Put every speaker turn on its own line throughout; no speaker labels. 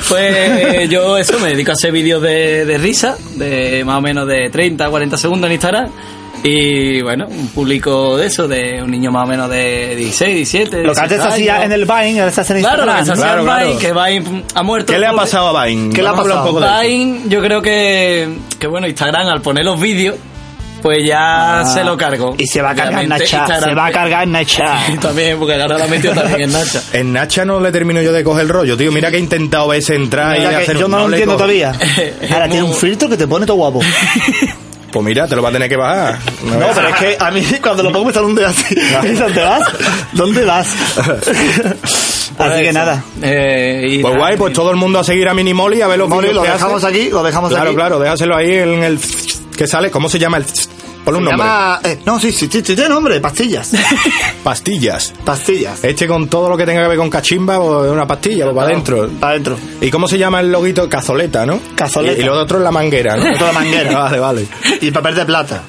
pues eh, yo eso, me dedico a hacer vídeos de, de risa, de más o menos de 30 40 segundos en Instagram. Y bueno, un público de eso, de un niño más o menos de 16, 17.
Lo que antes
18
se hacía
años.
en el Vine, ahora se hace en
Claro, lo
Instagram.
que se hacía
claro,
en Vine,
claro.
que Vine ha muerto.
¿Qué le ha
Porque-
pasado a Vine?
¿Qué le ha
Vamos a hablar
pasado?
Un poco de eso.
Vine, yo creo que, que bueno, Instagram al poner los vídeos, pues ya se lo cargo.
Ah. Y se va a cargar
Obviamente,
Nacha.
Instagram-
Se va a cargar Nacha.
Y también, porque ahora la ha metido también en Nacha.
En Nacha no le termino yo de coger el rollo, tío. Mira que he intentado veces entrar y
Mira que
hacer
yo no, lo
le
entiendo
cojo.
todavía. Ahora tiene un filtro que te pone todo guapo.
Pues mira, te lo va a tener que bajar.
No, pero es que a mí cuando lo pongo me sale un dedo así. Me dice, ¿Dónde vas? ¿Dónde vas? Así que
Eso.
nada.
Eh, y
Pues
nada,
guay, pues todo el mundo a seguir a Mini Molly a ver los
Mori,
vídeos
lo
que hace.
dejamos aquí, lo dejamos
Claro,
aquí.
claro, déjaselo ahí en el que sale. ¿Cómo se llama el? Ponle un
Se
nombre.
llama- eh, no, sí, sí, sí, sí, tiene nombre, pastillas.
Pastillas.
Pastillas.
Este con todo lo que tenga que ver con cachimba, pues, es una pastilla, pues va adentro.
Para adentro.
¿Y cómo se llama el loguito? Cazoleta, ¿no?
Cazoleta.
Y, y lo otro es la manguera, ¿no?
Otro la manguera.
vale, vale.
Y papel de plata.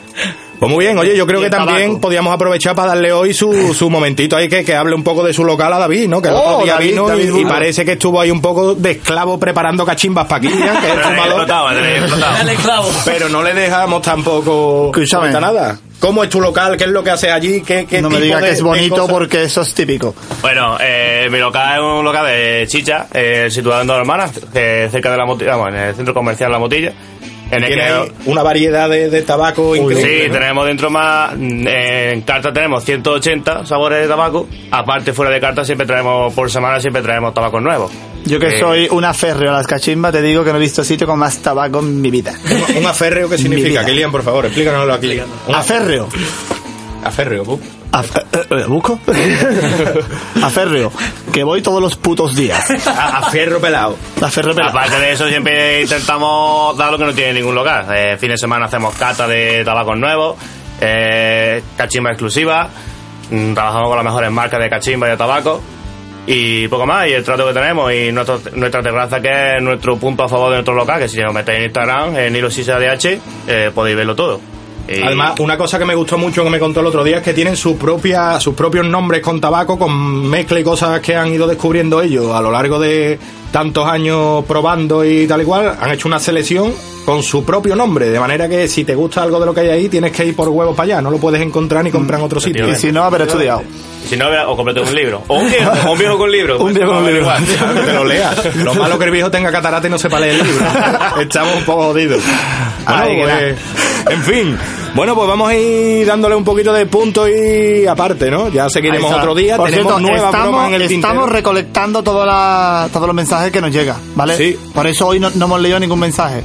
Pues muy bien, oye, yo creo
Y
que
el
también
tabaco.
podíamos aprovechar para darle hoy su, su momentito ahí que, que hable un poco de su local a David, ¿no? Que el otro
Oh,
día
David,
vino y-
David
y,
Duro.
parece que estuvo ahí un poco de esclavo preparando cachimbas para aquí, ya, que es fumador.
Dale, clavo.
Pero no le dejamos tampoco
Escúchame.
falta nada. ¿Cómo es tu local? ¿Qué es lo que haces allí? ¿Qué, qué
No me
tipo
digas
de-
que es
de
bonito
cosas?
porque eso es típico.
Bueno, eh, mi local es un local de chicha, eh, situado en Dos Hermanas, eh, cerca de la Motilla, vamos, en el centro comercial La Motilla. En el
Tiene
que,
ahí una variedad de, de tabaco increíble.
sí,
¿no?
tenemos dentro más, mm, en carta tenemos 180 sabores de tabaco, aparte fuera de carta siempre traemos, por semana siempre traemos tabacos nuevos.
Yo que
Eh,
soy una férrea a las cachimbas, te digo que no he visto sitio con más tabaco en mi vida.
Un- Un aférreo, ¿qué
Mi
significa?
vida.
Kilian, por favor, explícanoslo aquí. Un
Aférreo.
aférreo, pu.
Af- eh, eh, ¿Busco? Aférreo. Que voy todos los putos días.
A- aférreo pelado.
Aférreo
Ah,
pelado.
Aparte de eso, siempre intentamos dar lo que no tiene ningún local. Eh, fin de semana hacemos cata de tabacos nuevos, eh, cachimba exclusiva, mm, trabajamos con las mejores marcas de cachimba y de tabaco y poco más. Y el trato que tenemos y nuestro- nuestra terraza, que es nuestro punto a favor de nuestro local, que si os metéis en Instagram, en HilosISADH, eh, podéis verlo todo. Y-
Además, una cosa que me gustó mucho que me contó el otro día es que tienen su propia, sus propios nombres con tabaco, con mezcla y cosas que han ido descubriendo ellos a lo largo de tantos años probando y tal y cual. Han hecho una selección con su propio nombre, de manera que si te gusta algo de lo que hay ahí, tienes que ir por huevos para allá, no lo puedes encontrar ni comprar en otro sitio.
Y si no, haber estudiado.
si no, o comprate un libro. O un viejo, o un viejo con libro.
Un viejo con
Da
libro.
igual.
Que te lo lea. Lo malo que el viejo tenga catarata y no sepa leer el libro. Estamos un poco jodidos.
Ay,
Bueno,
que
pues, en fin. Bueno, pues vamos a ir dándole un poquito de punto y aparte, ¿no? Ya seguiremos
Ahí está.
otro día.
Por
Tenemos
cierto,
nuevas bromas
estamos,
en el
estamos
tintero.
recolectando toda la- todos los mensajes que nos llegan, ¿vale?
Sí.
Por eso hoy no, no hemos leído ningún mensaje.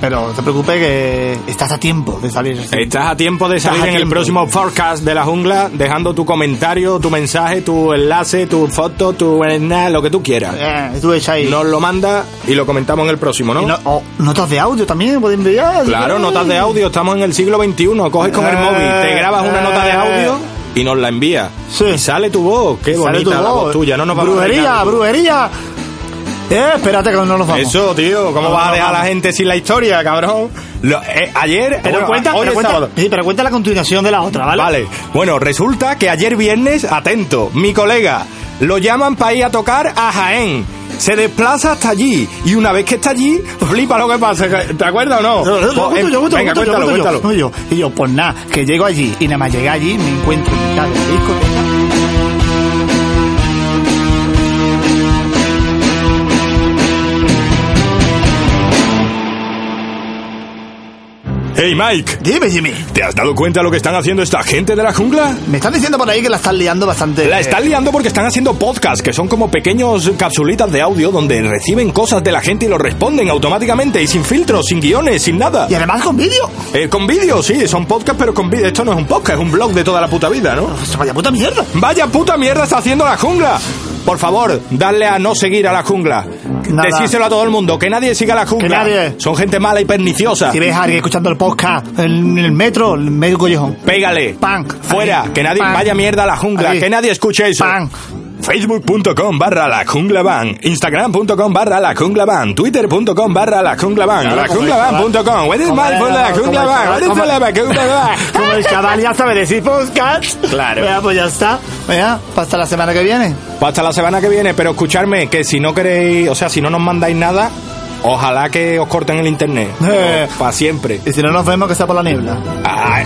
Pero no te preocupes que estás a tiempo de salir.
Estás a tiempo de
Estás a
salir en el
tiempo.
próximo podcast de la jungla, dejando tu comentario, tu mensaje, tu enlace, tu foto, tu eh, nada, lo que tú quieras.
Eh, tú echa ahí.
Nos lo manda y lo comentamos en el próximo, ¿no?
Y no- o notas de audio también, pueden enviar. si
Claro,
queréis.
notas de audio, estamos en el siglo XXI, coges con el
Eh,
móvil, te grabas una nota de audio y nos la envías.
Sí.
Y sale tu voz, qué
Sale
bonita
tu
la voz tuya, no nos vamos a
Brujería,
engañar.
brujería. Eh, espérate que no nos vamos.
Eso, tío, ¿cómo
No,
vas a
no,
dejar
no.
a la gente sin la historia, cabrón? Lo- eh, ayer,
Pero
bueno,
cuenta,
hoy
pero
es
cuenta-
sábado.
sí, pero cuenta la continuación de la otra, ¿vale?
Vale. Bueno, resulta que ayer viernes, atento, mi colega, lo llaman para ir a tocar a Jaén. Se desplaza hasta allí y una vez que está allí, flipa lo que pasa. ¿Te acuerdas o
Yo,
no?
yo, yo,
Pues,
cuento yo, cuento
venga,
yo,
cuéntalo,
cuento yo,
cuéntalo.
cuento yo. Y yo, pues nada, que llego allí y nada más llegué allí me encuentro en mitad de la discoteca.
Hey Mike,
Dime, Jimmy.
¿te has dado cuenta lo que están haciendo esta gente de la jungla?
Me están diciendo por ahí que la están liando bastante.
La están liando porque están haciendo podcasts, que son como pequeños capsulitas de audio donde reciben cosas de la gente y lo responden automáticamente y sin filtros, sin guiones, sin nada.
Y además con vídeo.
Eh, con vídeo, sí, son podcasts, pero con vídeo. Esto no es un podcast, es un blog de toda la puta vida, ¿no?
Pues vaya puta mierda.
Vaya puta mierda está haciendo la jungla. Por favor, darle a no seguir a la jungla.
Nada.
Decírselo a todo el mundo, que nadie siga a la jungla.
nadie.
Son gente mala y perniciosa.
Si ves a alguien escuchando el podcast en el metro, en medio collejón.
Pégale.
Pan.
Fuera,
Ahí.
que nadie
Pan.
vaya mierda a la jungla,
Ahí.
que nadie escuche eso.
Pan.
Facebook.com barra la jungla van, Instagram.com barra la jungla van, Twitter.com barra la jungla van, la jungla van.com, what is
Hombre,
my phone, la
no,
jungla
como
van,
el-
what is
como-
the la jungla van.
Como el chaval ya sabe decir podcast.
Claro.
Vea, pues ya está. Vea, hasta la semana que viene.
Pues hasta la semana que viene, pero escucharme que si no queréis, o sea, si no nos mandáis nada, ojalá que os corten el internet.
Eh.
Para siempre.
Y si no nos vemos, que sea por la niebla.
Ay.